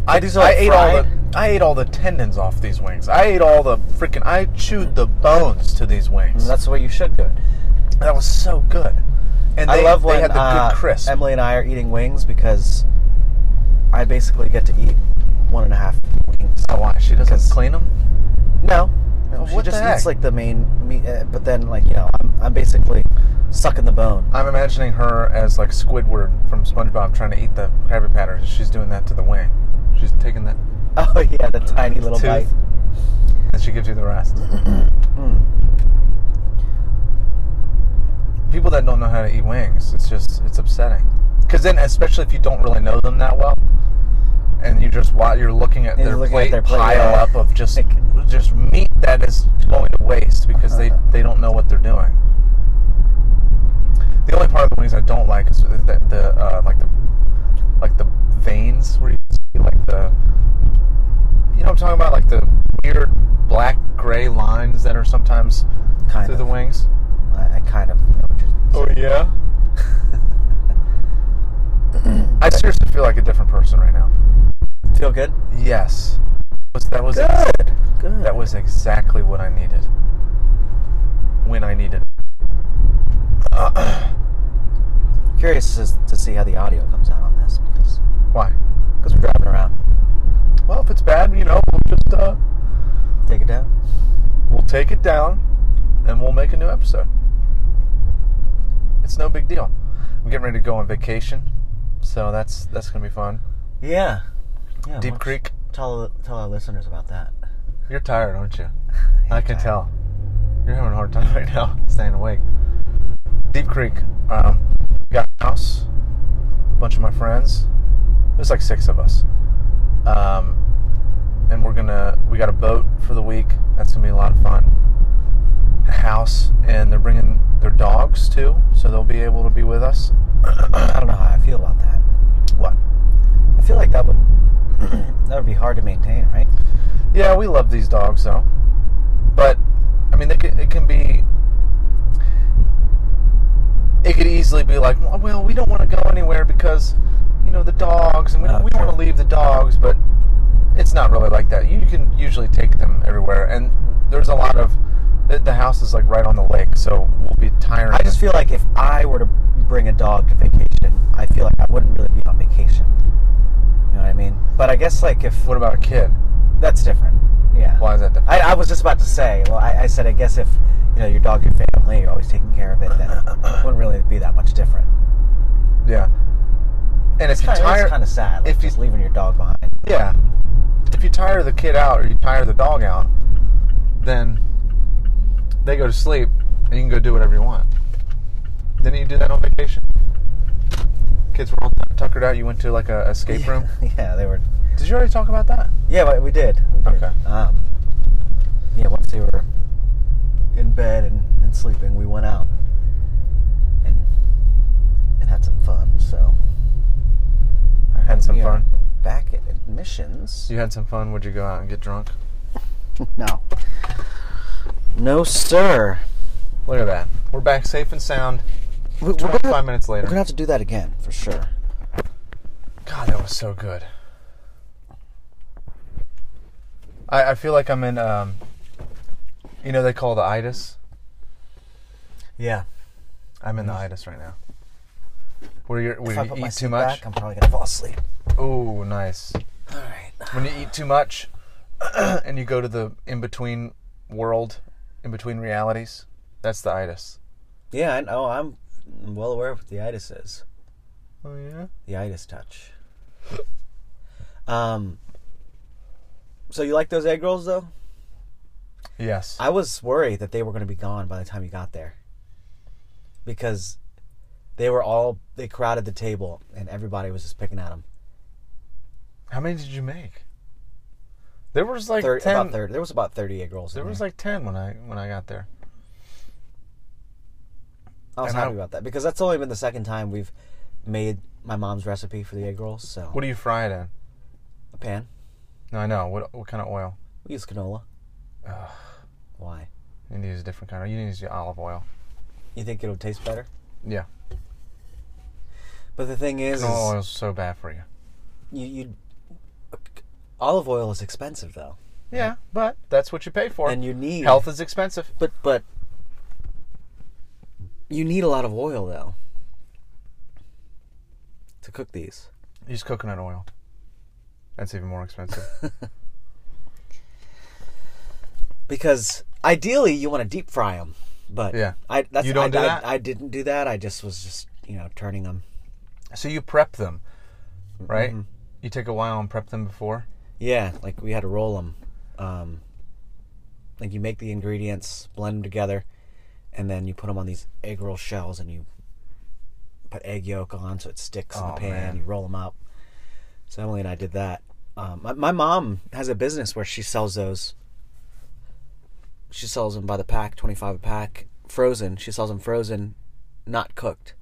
[SPEAKER 2] I,
[SPEAKER 1] these are,
[SPEAKER 2] I
[SPEAKER 1] like,
[SPEAKER 2] ate all the
[SPEAKER 1] fried?
[SPEAKER 2] I ate all the tendons off these wings. I ate all the freaking I chewed the bones to these wings.
[SPEAKER 1] And Mm, that's the way you should do it.
[SPEAKER 2] that was so good. And they,
[SPEAKER 1] I love
[SPEAKER 2] they
[SPEAKER 1] when
[SPEAKER 2] had the
[SPEAKER 1] uh,
[SPEAKER 2] good crisp.
[SPEAKER 1] Emily and I are eating wings because I basically get to eat one and a half wings.
[SPEAKER 2] oh, why she doesn't
[SPEAKER 1] 'cause-
[SPEAKER 2] clean them?
[SPEAKER 1] No,
[SPEAKER 2] Oh,
[SPEAKER 1] she
[SPEAKER 2] what the
[SPEAKER 1] just
[SPEAKER 2] heck?
[SPEAKER 1] eats like the main meat, uh, but then like you know, I'm, I'm basically sucking the bone.
[SPEAKER 2] I'm imagining her as like Squidward from SpongeBob trying to eat the Krabby Patties. She's doing that to the wing. She's taking that
[SPEAKER 1] Oh yeah, the tiny little
[SPEAKER 2] tooth,
[SPEAKER 1] bite.
[SPEAKER 2] and she gives you the rest.
[SPEAKER 1] Mm.
[SPEAKER 2] people that don't know how to eat wings, it's just it's upsetting. Because then, especially if you don't really know them that well, and you just while you're looking at
[SPEAKER 1] And you're
[SPEAKER 2] their,
[SPEAKER 1] looking at
[SPEAKER 2] plate,
[SPEAKER 1] their plate,
[SPEAKER 2] pile
[SPEAKER 1] yeah.
[SPEAKER 2] up of just
[SPEAKER 1] Like- Uh-huh.
[SPEAKER 2] just meat that is going to waste because they they don't know what they're doing. The only part of the wings I don't like is that the uh, like the like the veins where you see like the you know what I'm talking about like the weird black gray lines that are sometimes
[SPEAKER 1] Kind
[SPEAKER 2] through
[SPEAKER 1] of.
[SPEAKER 2] the wings.
[SPEAKER 1] I, I kind of. Know what you're-
[SPEAKER 2] Oh yeah. I seriously feel like a different person right now.
[SPEAKER 1] Feel good?
[SPEAKER 2] Yes. Was- That was ex-
[SPEAKER 1] Good. Good.
[SPEAKER 2] that was exactly what I needed. When I needed.
[SPEAKER 1] curious as, to see how the audio comes out on this because
[SPEAKER 2] Why?
[SPEAKER 1] because we're driving around.
[SPEAKER 2] Well, if it's bad, you know, we'll just uh,
[SPEAKER 1] Take it down.
[SPEAKER 2] we'll take it down, and we'll make a new episode. It's no big deal. I'm getting ready to go on vacation, so that's that's gonna be fun.
[SPEAKER 1] Yeah. Yeah.
[SPEAKER 2] Deep
[SPEAKER 1] why don't
[SPEAKER 2] Creek.
[SPEAKER 1] you Tell tell our listeners about that.
[SPEAKER 2] You're tired, aren't you?
[SPEAKER 1] am
[SPEAKER 2] I can
[SPEAKER 1] tired.
[SPEAKER 2] tell. You're having a hard time right now staying awake. Deep Creek. Um, got a house. A bunch of my friends. There's like six of us. Um, and we're gonna we got a boat for the week. That's gonna be a lot of fun. A house, and they're bringing their dogs too, so they'll be able to be with us.
[SPEAKER 1] I don't know how I feel about that.
[SPEAKER 2] What?
[SPEAKER 1] I feel like that would that would be hard to maintain, right?
[SPEAKER 2] Yeah, we love these dogs though. But I mean, they can, it can be. It could easily be like, well, we don't want to go anywhere because, you know, the dogs, and we,
[SPEAKER 1] Oh,
[SPEAKER 2] we want to
[SPEAKER 1] true.
[SPEAKER 2] leave the dogs, but it's not really like that. You can usually take them everywhere, and there's a lot of. The, the house is like right on the lake, so we'll be tiring.
[SPEAKER 1] I just feel like if I were to bring a dog to vacation, I feel like I wouldn't really be on vacation. You know what I mean? But I guess like if
[SPEAKER 2] What about a kid?
[SPEAKER 1] that's different. Yeah.
[SPEAKER 2] Why is that different?
[SPEAKER 1] I, I was just about to say. Well, I, I said I guess if you know your dog, your family, you're always taking care of it, then it wouldn't really be that much different.
[SPEAKER 2] Yeah. And if you're
[SPEAKER 1] Kinda-
[SPEAKER 2] tired,
[SPEAKER 1] it's kind of sad. Like,
[SPEAKER 2] if
[SPEAKER 1] if
[SPEAKER 2] you-
[SPEAKER 1] just leaving your dog behind.
[SPEAKER 2] Yeah. If you tire the kid out or you tire the dog out, then they go to sleep and you can go do whatever you want. Didn't you do that on vacation? Kids were all tu- tuckered out. You went to like a escape
[SPEAKER 1] yeah,
[SPEAKER 2] room.
[SPEAKER 1] Yeah, they were.
[SPEAKER 2] Did you already talk about that?
[SPEAKER 1] Yeah, but we did. We did.
[SPEAKER 2] Okay.
[SPEAKER 1] Um, yeah, once they were in bed and, and sleeping, we went out and and had some fun. So All right,
[SPEAKER 2] some
[SPEAKER 1] we are
[SPEAKER 2] fun?
[SPEAKER 1] Back at admissions.
[SPEAKER 2] You had some fun. Would you go out and get drunk?
[SPEAKER 1] No. No, sir.
[SPEAKER 2] Look at that. We're back safe and sound.
[SPEAKER 1] We- We're gonna,
[SPEAKER 2] 25
[SPEAKER 1] we're
[SPEAKER 2] minutes later.
[SPEAKER 1] gonna have to do that again for sure.
[SPEAKER 2] God, that was so good. I, I feel like I'm in, um, you know, they call the itis.
[SPEAKER 1] Yeah.
[SPEAKER 2] I'm in the itis right now. Where you're,
[SPEAKER 1] If
[SPEAKER 2] when
[SPEAKER 1] I
[SPEAKER 2] you
[SPEAKER 1] put my
[SPEAKER 2] eat too
[SPEAKER 1] seat
[SPEAKER 2] much.
[SPEAKER 1] back, I'm probably gonna fall asleep.
[SPEAKER 2] Oh, nice.
[SPEAKER 1] All right.
[SPEAKER 2] When you eat too much, and you go to the in between world, in between realities. That's the itis.
[SPEAKER 1] Yeah, I know. I'm well aware of what the itis is.
[SPEAKER 2] Oh yeah.
[SPEAKER 1] The itis touch. Um. So you like those egg rolls, though?
[SPEAKER 2] Yes.
[SPEAKER 1] I was worried that they were going to be gone by the time you got there, because they were all they crowded the table and everybody was just picking at them.
[SPEAKER 2] How many did you make? There was like
[SPEAKER 1] Thir-
[SPEAKER 2] ten.
[SPEAKER 1] about thirty. There was about thirty egg rolls.
[SPEAKER 2] There
[SPEAKER 1] in
[SPEAKER 2] was like ten when I when I got there.
[SPEAKER 1] I was
[SPEAKER 2] and
[SPEAKER 1] happy
[SPEAKER 2] I-
[SPEAKER 1] about that because that's only been the second time we've made my mom's recipe for the egg rolls. So
[SPEAKER 2] What do you fry it in?
[SPEAKER 1] a pan.
[SPEAKER 2] No, I know. What what kind of oil?
[SPEAKER 1] We use canola.
[SPEAKER 2] Ugh.
[SPEAKER 1] Why?
[SPEAKER 2] You need to use a different kind. of- You need to use your olive oil.
[SPEAKER 1] You think it'll taste better?
[SPEAKER 2] Yeah.
[SPEAKER 1] But the thing is, is
[SPEAKER 2] Canola oil is so bad for you.
[SPEAKER 1] you, you olive oil is expensive though,
[SPEAKER 2] Yeah, but that's what you pay for.
[SPEAKER 1] and you need
[SPEAKER 2] Health is expensive.
[SPEAKER 1] But but you need a lot of oil though to cook these.
[SPEAKER 2] Use coconut oil. That's even more expensive.
[SPEAKER 1] because ideally you want to deep fry them but
[SPEAKER 2] Yeah.
[SPEAKER 1] I, that's,
[SPEAKER 2] You don't
[SPEAKER 1] I,
[SPEAKER 2] do
[SPEAKER 1] I-
[SPEAKER 2] that?
[SPEAKER 1] I didn't do that i just was just you know turning them
[SPEAKER 2] so you prep them, right? You take a while and prep them before.
[SPEAKER 1] yeah like we had to roll them um, like you make the ingredients blend them together and then you put them on these egg roll shells and you put egg yolk on so it sticks in the
[SPEAKER 2] Oh,
[SPEAKER 1] pan
[SPEAKER 2] man.
[SPEAKER 1] you roll them up so emily and i did that um, my, my mom has a business where she sells those she sells them by the pack 25 a pack frozen she sells them frozen not cooked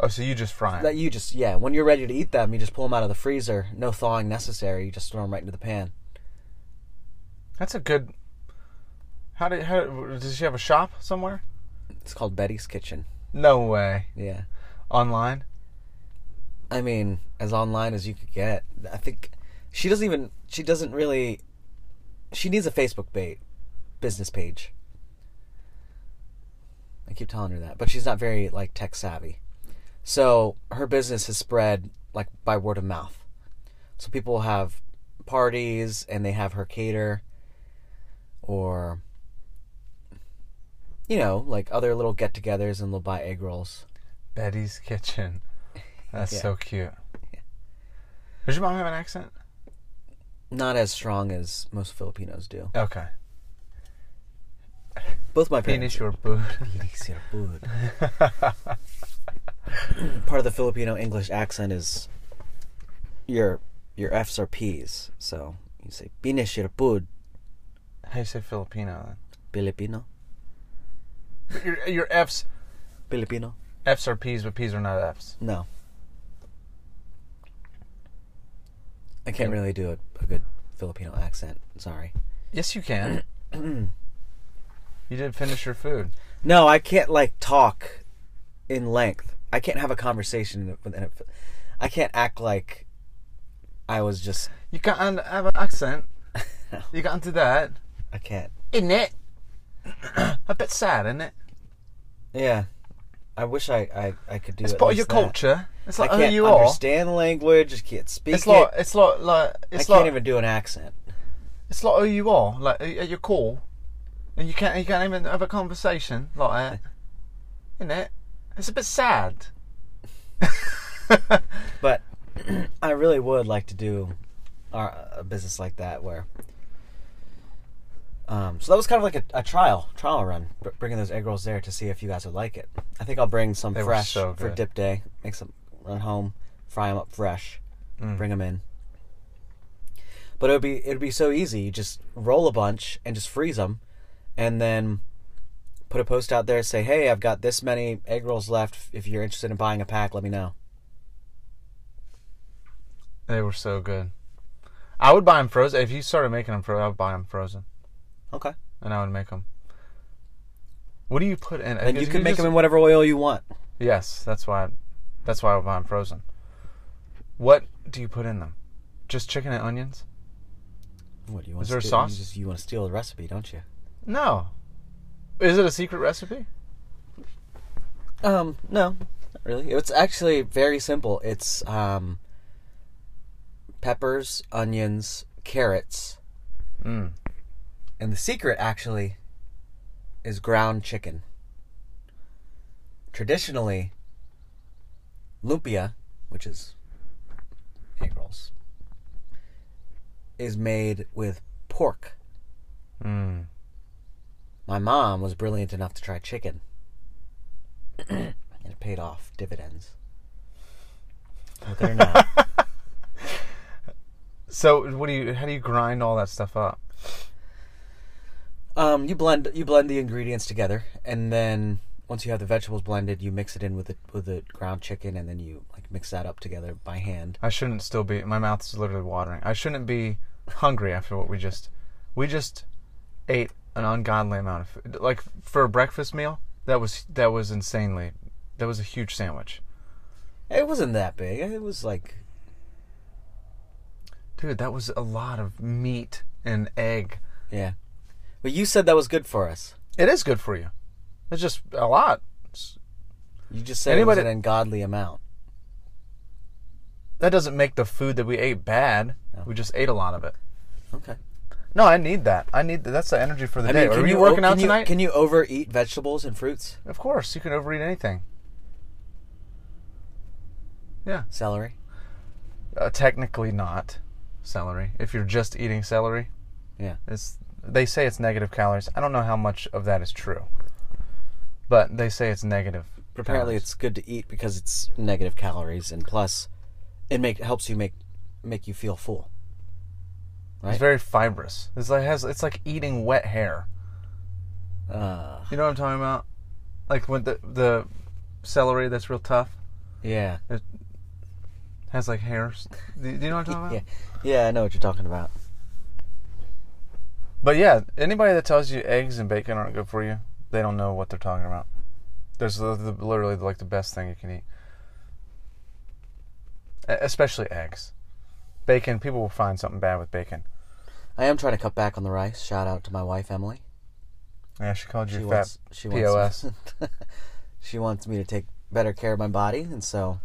[SPEAKER 2] Oh, so you just fry them.
[SPEAKER 1] that you just yeah when you're ready to eat them you just pull them out of the freezer no thawing necessary you just throw them right into the pan
[SPEAKER 2] That's a good. How did how does she have a shop somewhere?
[SPEAKER 1] it's called betty's kitchen
[SPEAKER 2] No way.
[SPEAKER 1] yeah
[SPEAKER 2] Online.
[SPEAKER 1] I mean, as online as you could get. I think she doesn't even. She doesn't really. She needs a Facebook ba- business page. I keep telling her that, but she's not very like tech savvy. So her business has spread like by word of mouth. So people have parties and they have her cater, or you know, like other little get-togethers, and they'll buy egg rolls.
[SPEAKER 2] Betty's Kitchen. That's
[SPEAKER 1] Yeah.
[SPEAKER 2] so cute. Does your mom have an accent?
[SPEAKER 1] Not as strong as most Filipinos do.
[SPEAKER 2] Okay.
[SPEAKER 1] Both my parents.
[SPEAKER 2] Finish your food.
[SPEAKER 1] Pinis your food. Part of the Filipino English accent is your your F's are P's. So you say Pinis your food,
[SPEAKER 2] How you say Filipino?
[SPEAKER 1] Filipino,
[SPEAKER 2] then? Your your F's
[SPEAKER 1] Filipino.
[SPEAKER 2] F's are P's, but P's are not F's.
[SPEAKER 1] No, I can't really do a, a good Filipino accent. Sorry.
[SPEAKER 2] Yes, you can. you did finish your food.
[SPEAKER 1] No, I can't like talk in length. I can't have a conversation with. in a- I can't act like I was just.
[SPEAKER 2] You can't have an accent. You can't do that.
[SPEAKER 1] I can't.
[SPEAKER 2] Isn't it? a bit sad, isn't it?
[SPEAKER 1] Yeah. I wish I, I, I could do
[SPEAKER 2] It's
[SPEAKER 1] at
[SPEAKER 2] part of
[SPEAKER 1] least
[SPEAKER 2] your
[SPEAKER 1] that.
[SPEAKER 2] culture. It's
[SPEAKER 1] I
[SPEAKER 2] like who
[SPEAKER 1] can't
[SPEAKER 2] you are.
[SPEAKER 1] understand language. I can't speak
[SPEAKER 2] It's
[SPEAKER 1] it.
[SPEAKER 2] like it's like like
[SPEAKER 1] I
[SPEAKER 2] it's
[SPEAKER 1] can't
[SPEAKER 2] like
[SPEAKER 1] even do an accent.
[SPEAKER 2] it's like who you are. Like at your core, and you can't you can't even have a conversation like that. Isn't it? It's a bit sad.
[SPEAKER 1] But I really would like to do our, a business like that where Um, so that was kind of like a, a trial trial run, br- bringing those egg rolls there to see if you guys would like it. I think I'll bring some
[SPEAKER 2] They were
[SPEAKER 1] fresh
[SPEAKER 2] so
[SPEAKER 1] for
[SPEAKER 2] good.
[SPEAKER 1] dip day. Make some run home, fry them up fresh, bring 'em
[SPEAKER 2] Mm.
[SPEAKER 1] bring them in. But it would be it would be so easy. You just roll a bunch and just freeze them, and then put a post out there say, "Hey, I've got this many egg rolls left. If you're interested in buying a pack, let me know."
[SPEAKER 2] They were so good. I would buy them frozen. If you started making them frozen, I would buy them frozen,
[SPEAKER 1] Okay.
[SPEAKER 2] and I would make them. What do you put in?
[SPEAKER 1] And you can make them
[SPEAKER 2] just-
[SPEAKER 1] in whatever oil you want.
[SPEAKER 2] Yes, that's why. That's why I would buy them frozen. What do you put in them? Just chicken and onions?
[SPEAKER 1] What do you want?
[SPEAKER 2] Is there a
[SPEAKER 1] steal-
[SPEAKER 2] sauce?
[SPEAKER 1] You, just, you want to steal the recipe, don't you?
[SPEAKER 2] No. Is it a secret recipe?
[SPEAKER 1] Um, no, not really. It's actually very simple. It's um, peppers, onions, carrots,
[SPEAKER 2] Mm.
[SPEAKER 1] and the secret actually is ground chicken. Traditionally, lumpia, which is egg rolls, is made with pork.
[SPEAKER 2] Mm.
[SPEAKER 1] My mom was brilliant enough to try chicken, and it paid off dividends. Look at her now.
[SPEAKER 2] So what do you? How do you grind all that stuff up?
[SPEAKER 1] Um, you blend you blend the ingredients together, and then once you have the vegetables blended, you mix it in with the with the ground chicken, and then you like mix that up together by hand.
[SPEAKER 2] I shouldn't still be. My mouth's literally watering. I shouldn't be hungry after what we just. We just ate an ungodly amount of food. Like for a breakfast meal, that was that was insanely. That was a huge sandwich,
[SPEAKER 1] It wasn't that big. It was like
[SPEAKER 2] dude. That was a lot of meat and egg.
[SPEAKER 1] yeah, but you said that was good for us.
[SPEAKER 2] It is good for you. It's just a lot. It's-
[SPEAKER 1] You just said
[SPEAKER 2] Anybody-
[SPEAKER 1] it was an ungodly amount.
[SPEAKER 2] That doesn't make the food that we ate bad. We just ate a lot of it.
[SPEAKER 1] Okay.
[SPEAKER 2] No, I need that. I need that's the energy for the
[SPEAKER 1] I
[SPEAKER 2] day.
[SPEAKER 1] mean, can
[SPEAKER 2] Are you
[SPEAKER 1] o-
[SPEAKER 2] working out
[SPEAKER 1] can you-
[SPEAKER 2] tonight?
[SPEAKER 1] can you overeat vegetables and fruits?
[SPEAKER 2] Of course, you can overeat anything. Yeah,
[SPEAKER 1] Celery.
[SPEAKER 2] uh, technically not celery. If you're just eating celery,
[SPEAKER 1] Yeah.
[SPEAKER 2] it's they say it's negative calories. I don't know how much of that is true, but they say it's negative.
[SPEAKER 1] Apparently,
[SPEAKER 2] calories.
[SPEAKER 1] it's good to eat because it's negative calories, and plus, it make helps you make make you feel full.
[SPEAKER 2] it's very fibrous. It's like has it's like eating wet hair.
[SPEAKER 1] Uh,
[SPEAKER 2] You know what I'm talking about? Like when the the celery that's real tough
[SPEAKER 1] yeah.
[SPEAKER 2] has like hairs. Do you do you know what I'm talking about?
[SPEAKER 1] Yeah, yeah, I know what you're talking about.
[SPEAKER 2] But yeah, anybody that tells you eggs and bacon aren't good for you, they don't know what they're talking about. There's the, the, literally like the best thing you can eat, E- especially eggs. Bacon, people will find something bad with bacon.
[SPEAKER 1] I am trying to cut back on the rice. Shout out to my wife Emily.
[SPEAKER 2] Yeah, she called you
[SPEAKER 1] She
[SPEAKER 2] fat.
[SPEAKER 1] wants she wants
[SPEAKER 2] POS.
[SPEAKER 1] she wants me to take better care of my body, and so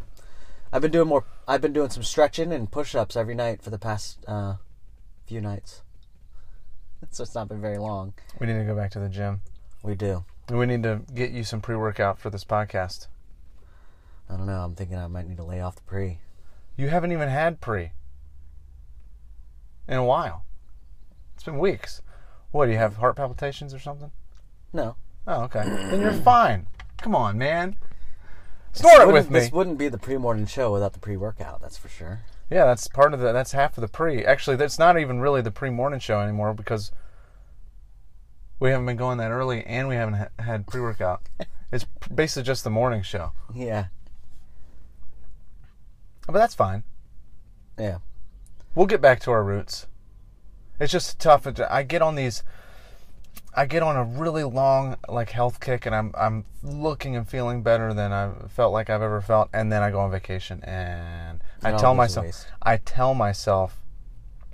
[SPEAKER 1] I've been doing more. I've been doing some stretching and push-ups every night for the past uh, few nights. So it's not been very long.
[SPEAKER 2] We need to go back to the gym.
[SPEAKER 1] We do.
[SPEAKER 2] We need to get you some pre-workout for this podcast.
[SPEAKER 1] I don't know. I'm thinking I might need to lay off the pre.
[SPEAKER 2] You haven't even had pre in a while. It's been weeks. What do you have? Heart palpitations or something?
[SPEAKER 1] No,
[SPEAKER 2] Oh, okay. then you're fine. Come on, man. Snort it
[SPEAKER 1] Wouldn't-
[SPEAKER 2] with me.
[SPEAKER 1] This wouldn't be the pre-morning show without the pre-workout. That's for sure.
[SPEAKER 2] Yeah, that's part of the. That's half of the pre. Actually, that's not even really the pre morning show anymore because we haven't been going that early and we haven't ha- had pre workout. it's p- basically just the morning show,
[SPEAKER 1] Yeah,
[SPEAKER 2] but that's fine.
[SPEAKER 1] yeah.
[SPEAKER 2] We'll get back to our roots. It's just tough. It- I get on these. I get on a really long like health kick, and I'm I'm looking and feeling better than I felt like I've ever felt, and then I go on vacation, and I
[SPEAKER 1] It all
[SPEAKER 2] tell
[SPEAKER 1] goes to
[SPEAKER 2] myself,
[SPEAKER 1] waste.
[SPEAKER 2] I tell myself,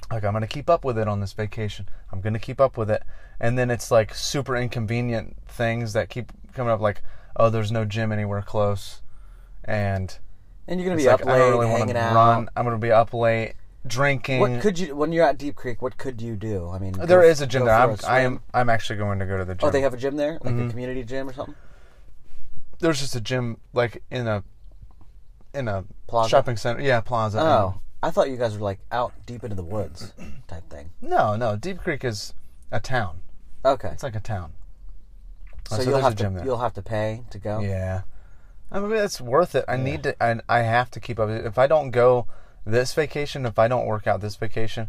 [SPEAKER 2] like I'm gonna keep up with it on this vacation. I'm gonna keep up with it, and then it's like super inconvenient things that keep coming up, like oh, there's no gym anywhere close, and
[SPEAKER 1] And you're gonna
[SPEAKER 2] it's
[SPEAKER 1] be
[SPEAKER 2] like
[SPEAKER 1] up
[SPEAKER 2] I
[SPEAKER 1] late,
[SPEAKER 2] don't really want
[SPEAKER 1] hanging
[SPEAKER 2] to
[SPEAKER 1] out.
[SPEAKER 2] run. I'm gonna be up late drinking.
[SPEAKER 1] What could you when you're at Deep Creek? What could you do? I mean,
[SPEAKER 2] There is a gym
[SPEAKER 1] go
[SPEAKER 2] there.
[SPEAKER 1] for
[SPEAKER 2] I'm,
[SPEAKER 1] a
[SPEAKER 2] I
[SPEAKER 1] swim.
[SPEAKER 2] am. Mm-hmm. I'm actually going to go to the gym.
[SPEAKER 1] Oh, they have a gym there, like a community gym or something.
[SPEAKER 2] There's just a gym like in a in a
[SPEAKER 1] Plaza?
[SPEAKER 2] shopping center. Yeah, plaza.
[SPEAKER 1] Oh, I thought you guys were like out deep into the woods type thing.
[SPEAKER 2] No, no. Deep Creek is a town.
[SPEAKER 1] Okay.
[SPEAKER 2] It's like a town.
[SPEAKER 1] So,
[SPEAKER 2] Uh,
[SPEAKER 1] you'll
[SPEAKER 2] there's
[SPEAKER 1] have
[SPEAKER 2] a
[SPEAKER 1] to
[SPEAKER 2] gym there.
[SPEAKER 1] you'll have to pay to go.
[SPEAKER 2] Yeah, I mean it's worth it. I need to. I, I have to keep up. If I don't go this vacation, if I don't work out this vacation,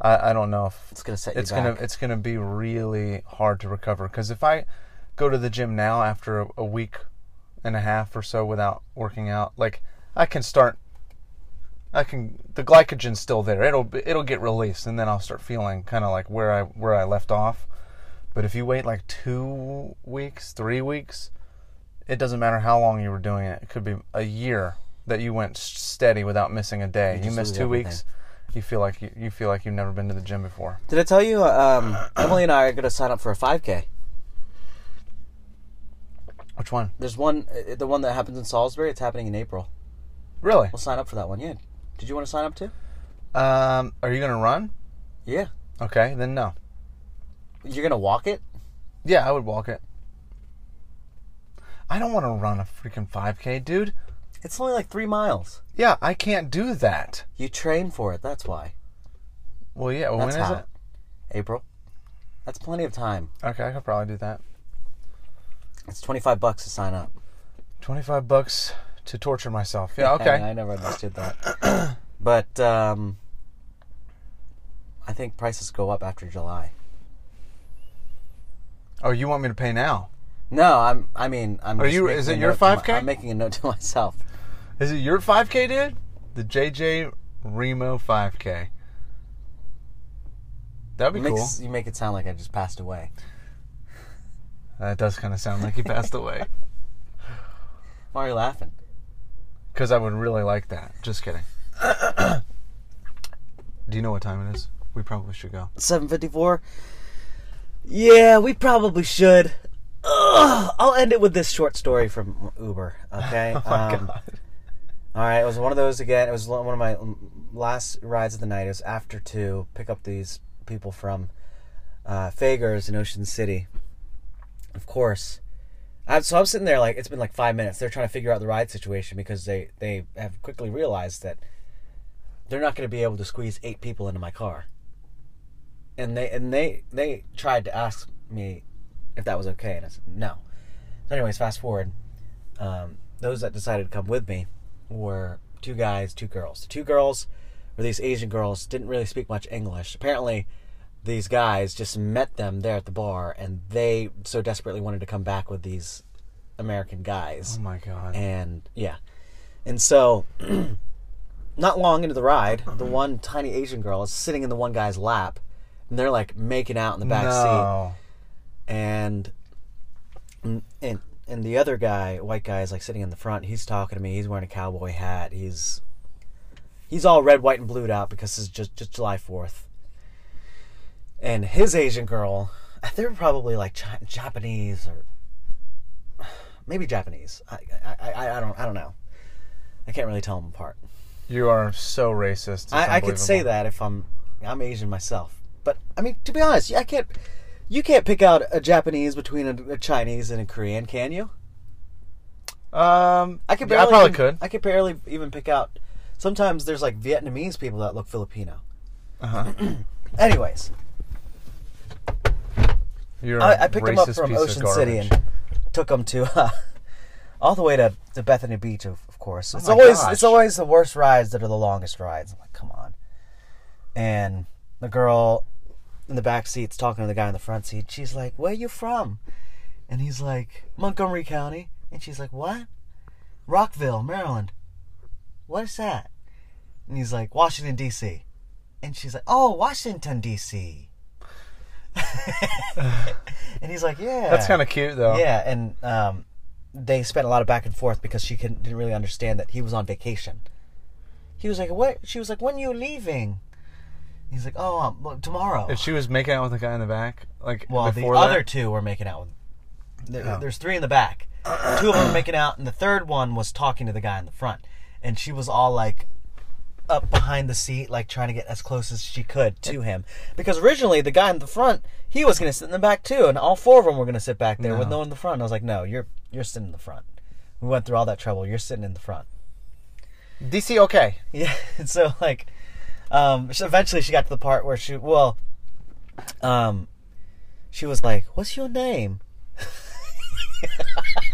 [SPEAKER 2] I, I don't know if
[SPEAKER 1] It's gonna set you
[SPEAKER 2] it's
[SPEAKER 1] back.
[SPEAKER 2] gonna it's gonna be really hard to recover. Because if I go to the gym now after a, a week and a half or so without working out, like I can start. I can the glycogen's still there. It'll be- it'll get released, and then I'll start feeling kind of like where I where I left off. But if you wait like two weeks, three weeks, it doesn't matter how long you were doing it. It could be a year that you went s- steady without missing a day. You,
[SPEAKER 1] just
[SPEAKER 2] miss
[SPEAKER 1] lose
[SPEAKER 2] two
[SPEAKER 1] everything.
[SPEAKER 2] weeks, you feel like you, you feel like you've never been to the gym before.
[SPEAKER 1] Did I tell you? Um, Emily and I are gonna sign up for a 5K.
[SPEAKER 2] Which one?
[SPEAKER 1] There's one, uh, the one that happens in Salisbury. It's happening in April.
[SPEAKER 2] Really?
[SPEAKER 1] We'll sign up for that one. Yeah. Did you want to sign up too?
[SPEAKER 2] Um, are you gonna run?
[SPEAKER 1] Yeah.
[SPEAKER 2] Okay, then no.
[SPEAKER 1] You're gonna walk it?
[SPEAKER 2] Yeah, I would walk it. I don't want to run a freaking 5K, dude.
[SPEAKER 1] It's only like three miles.
[SPEAKER 2] Yeah, I can't do that.
[SPEAKER 1] You train for it. That's why.
[SPEAKER 2] Well, yeah. Well, when
[SPEAKER 1] That's
[SPEAKER 2] is
[SPEAKER 1] how.
[SPEAKER 2] it?
[SPEAKER 1] April. That's plenty of time.
[SPEAKER 2] Okay, I could probably do that.
[SPEAKER 1] It's 25 bucks to sign up.
[SPEAKER 2] 25 bucks to torture myself. Yeah,
[SPEAKER 1] I
[SPEAKER 2] okay.
[SPEAKER 1] never understood that. but um, I think prices go up after July.
[SPEAKER 2] oh, you want me to pay now?
[SPEAKER 1] No, I'm. I mean, I'm.
[SPEAKER 2] Are
[SPEAKER 1] just
[SPEAKER 2] you-
[SPEAKER 1] making
[SPEAKER 2] is it
[SPEAKER 1] a
[SPEAKER 2] your
[SPEAKER 1] note to my-
[SPEAKER 2] 5K?
[SPEAKER 1] I'm making a note to myself.
[SPEAKER 2] Is it your 5K, dude? The JJ Remo 5K. That'd be cool.
[SPEAKER 1] Makes, You make it sound like I just passed away.
[SPEAKER 2] That does kind of sound like he passed away.
[SPEAKER 1] Why are you laughing?
[SPEAKER 2] Because I would really like that. Just kidding. Do you know what time it is? We probably should go.
[SPEAKER 1] 754. Yeah, we probably should. Ugh, I'll end it with this short story from Uber. Okay.
[SPEAKER 2] Oh my
[SPEAKER 1] Um,
[SPEAKER 2] god.
[SPEAKER 1] All right, it was one of those again. It was one of my last rides of the night. It was after two. Pick up these people from uh, Fagers in Ocean City. Of course. I, so I'm sitting there like it's been like five minutes. They're trying to figure out the ride situation because they they have quickly realized that they're not going to be able to squeeze eight people into my car. And they and they they tried to ask me if that was okay, and I said no. So, anyways, fast forward. Um, those that decided to come with me were two guys, two girls. The two girls were these Asian girls, didn't really speak much English. Apparently, these guys just met them there at the bar, and they so desperately wanted to come back with these American guys.
[SPEAKER 2] Oh my god.
[SPEAKER 1] And yeah. And so, not long into the ride,
[SPEAKER 2] Mm-hmm.
[SPEAKER 1] the one tiny Asian girl is sitting in the one guy's lap, and they're like making out in the back seat
[SPEAKER 2] No.
[SPEAKER 1] and and and the other guy, white guy, is like sitting in the front. He's talking to me. He's wearing a cowboy hat. He's he's all red, white, and blued out because it's just just July Fourth. And his Asian girl, uh, they're probably like Chi- Japanese or maybe Japanese. I I, I I don't I don't know. I can't really tell them apart.
[SPEAKER 2] You are so racist. It's
[SPEAKER 1] I, I could say
[SPEAKER 2] unbelievable.
[SPEAKER 1] that if I'm I'm Asian myself, but I mean to be honest, I can't. You can't pick out a Japanese between a, a Chinese and a Korean, can you?
[SPEAKER 2] Um,
[SPEAKER 1] I could barely.
[SPEAKER 2] yeah, I probably
[SPEAKER 1] even-
[SPEAKER 2] could.
[SPEAKER 1] I could barely even pick out. Sometimes there's like Vietnamese people that look Filipino.
[SPEAKER 2] Uh-huh.
[SPEAKER 1] Anyways,
[SPEAKER 2] You're a
[SPEAKER 1] I, I picked them up
[SPEAKER 2] racist
[SPEAKER 1] from
[SPEAKER 2] piece of
[SPEAKER 1] Ocean City
[SPEAKER 2] garbage.
[SPEAKER 1] and took them to uh, all the way to, to Bethany Beach, of, of course. It's
[SPEAKER 2] Oh my
[SPEAKER 1] always
[SPEAKER 2] gosh.
[SPEAKER 1] it's always the worst rides that are the longest rides. I'm like, come on. And the girl in the back seat's talking to the guy in the front seat. She's like, "Where you from?" And he's like, "Montgomery County." And she's like, "What?" Rockville, Maryland. What is that? And he's like, Washington D.C. And she's like, Oh, Washington D.C. and he's like, Yeah.
[SPEAKER 2] That's kind of cute, though.
[SPEAKER 1] Yeah, and um, they spent a lot of back and forth because she couldn't, didn't really understand that he was on vacation. He was like, "What?" She was like, "When you leaving?" He's like, "Oh, um, well, tomorrow."
[SPEAKER 2] If she was making out with the guy in the back, like
[SPEAKER 1] well, the
[SPEAKER 2] before
[SPEAKER 1] other
[SPEAKER 2] that, Oh.
[SPEAKER 1] two were making out. With, there, There's three in the back. two of them were making out, and the third one was talking to the guy in the front, and she was all like. Up behind the seat, like trying to get as close as she could to him, because originally the guy in the front, he was gonna sit in the back too, and all four of them were gonna sit back there with no one in the front. And I was like, no, you're you're sitting in the front. We went through all that trouble. You're sitting in the front.
[SPEAKER 2] DC okay.
[SPEAKER 1] Yeah, and so like, um, so eventually she got to the part where she well, um, she was like, "What's your name?"
[SPEAKER 2] Have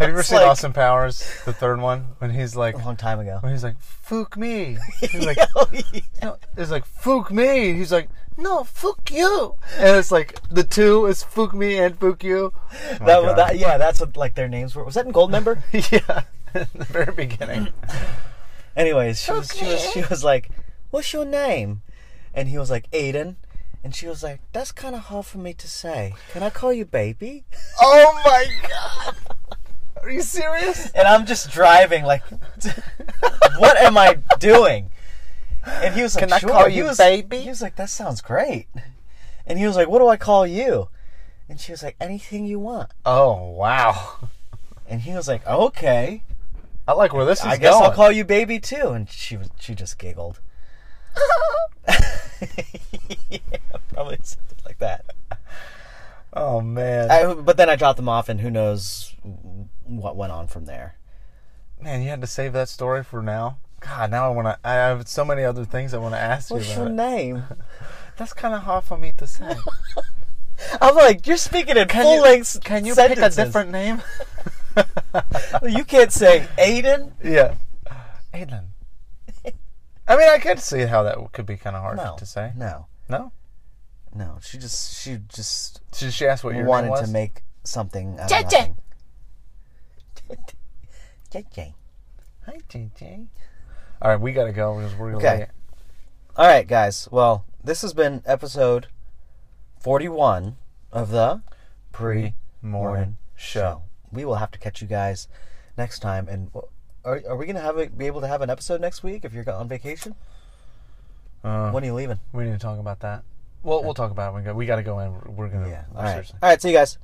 [SPEAKER 2] you ever
[SPEAKER 1] It's
[SPEAKER 2] seen
[SPEAKER 1] like-
[SPEAKER 2] Austin Powers, the third one, when he's like,
[SPEAKER 1] A long time ago.
[SPEAKER 2] when he's like, "Fuck me," he's like,
[SPEAKER 1] Oh, yeah.
[SPEAKER 2] no, it's like "fuck me." He's like, "No, fuck you," and it's like the two is "fuck me" and "fuck you." Oh my
[SPEAKER 1] that, wa-
[SPEAKER 2] God.
[SPEAKER 1] that, yeah, that's what like their names were. Was that in Goldmember?
[SPEAKER 2] yeah, in the very beginning.
[SPEAKER 1] Anyways, she was, she was
[SPEAKER 2] Okay.
[SPEAKER 1] she was like, "What's your name?" And he was like, "Aiden." And she was like, "That's kind of hard for me to say. Can I call you baby?"
[SPEAKER 2] oh my god! Are you serious?
[SPEAKER 1] And I'm just driving like, "What am I doing?" And he was like,
[SPEAKER 2] Can I
[SPEAKER 1] "Sure."
[SPEAKER 2] call
[SPEAKER 1] He
[SPEAKER 2] you
[SPEAKER 1] was-
[SPEAKER 2] baby?
[SPEAKER 1] He was like, "That sounds great." And he was like, "What do I call you?" And she was like, "Anything you want."
[SPEAKER 2] Oh wow!
[SPEAKER 1] And he was like, "Okay."
[SPEAKER 2] I like where this is
[SPEAKER 1] I guess
[SPEAKER 2] going.
[SPEAKER 1] I'll call you baby too. And she was she just giggled. yeah, probably something like that.
[SPEAKER 2] oh man,
[SPEAKER 1] I, but then I dropped them off, and who knows what went on from there.
[SPEAKER 2] man, you had to save that story for now. God, now I want to. I have so many other things I want to ask
[SPEAKER 1] What's
[SPEAKER 2] you
[SPEAKER 1] your
[SPEAKER 2] about.
[SPEAKER 1] name?
[SPEAKER 2] That's kind of hard for me to say.
[SPEAKER 1] I'm like, you're speaking in
[SPEAKER 2] Can
[SPEAKER 1] full
[SPEAKER 2] you-
[SPEAKER 1] length.
[SPEAKER 2] Can you
[SPEAKER 1] sentences.
[SPEAKER 2] pick a different name?
[SPEAKER 1] You can't say Aiden.
[SPEAKER 2] Yeah. Aiden. I mean, I could see how that could be kind of hard
[SPEAKER 1] No,
[SPEAKER 2] to say.
[SPEAKER 1] no,
[SPEAKER 2] No?
[SPEAKER 1] no. She just she just
[SPEAKER 2] She, she asked what your name
[SPEAKER 1] wanted
[SPEAKER 2] was?
[SPEAKER 1] to make something. Out
[SPEAKER 2] Jay
[SPEAKER 1] of
[SPEAKER 2] Jay.
[SPEAKER 1] nothing. Jay Jay.
[SPEAKER 2] Hi, JJ. All right, we got to go because we're going to
[SPEAKER 1] Okay.
[SPEAKER 2] late.
[SPEAKER 1] All right, guys. Well, this has been episode 41 of the
[SPEAKER 2] Pre morning show.
[SPEAKER 1] We will have to catch you guys next time. And w- are, are we going to have a, be able to have an episode next week if you're go- on vacation?
[SPEAKER 2] Uh,
[SPEAKER 1] When are you leaving?
[SPEAKER 2] we need to talk about that. Well, we'll talk about it when we go. We got to go in. We're going to.
[SPEAKER 1] Yeah. All right. All right. See you guys.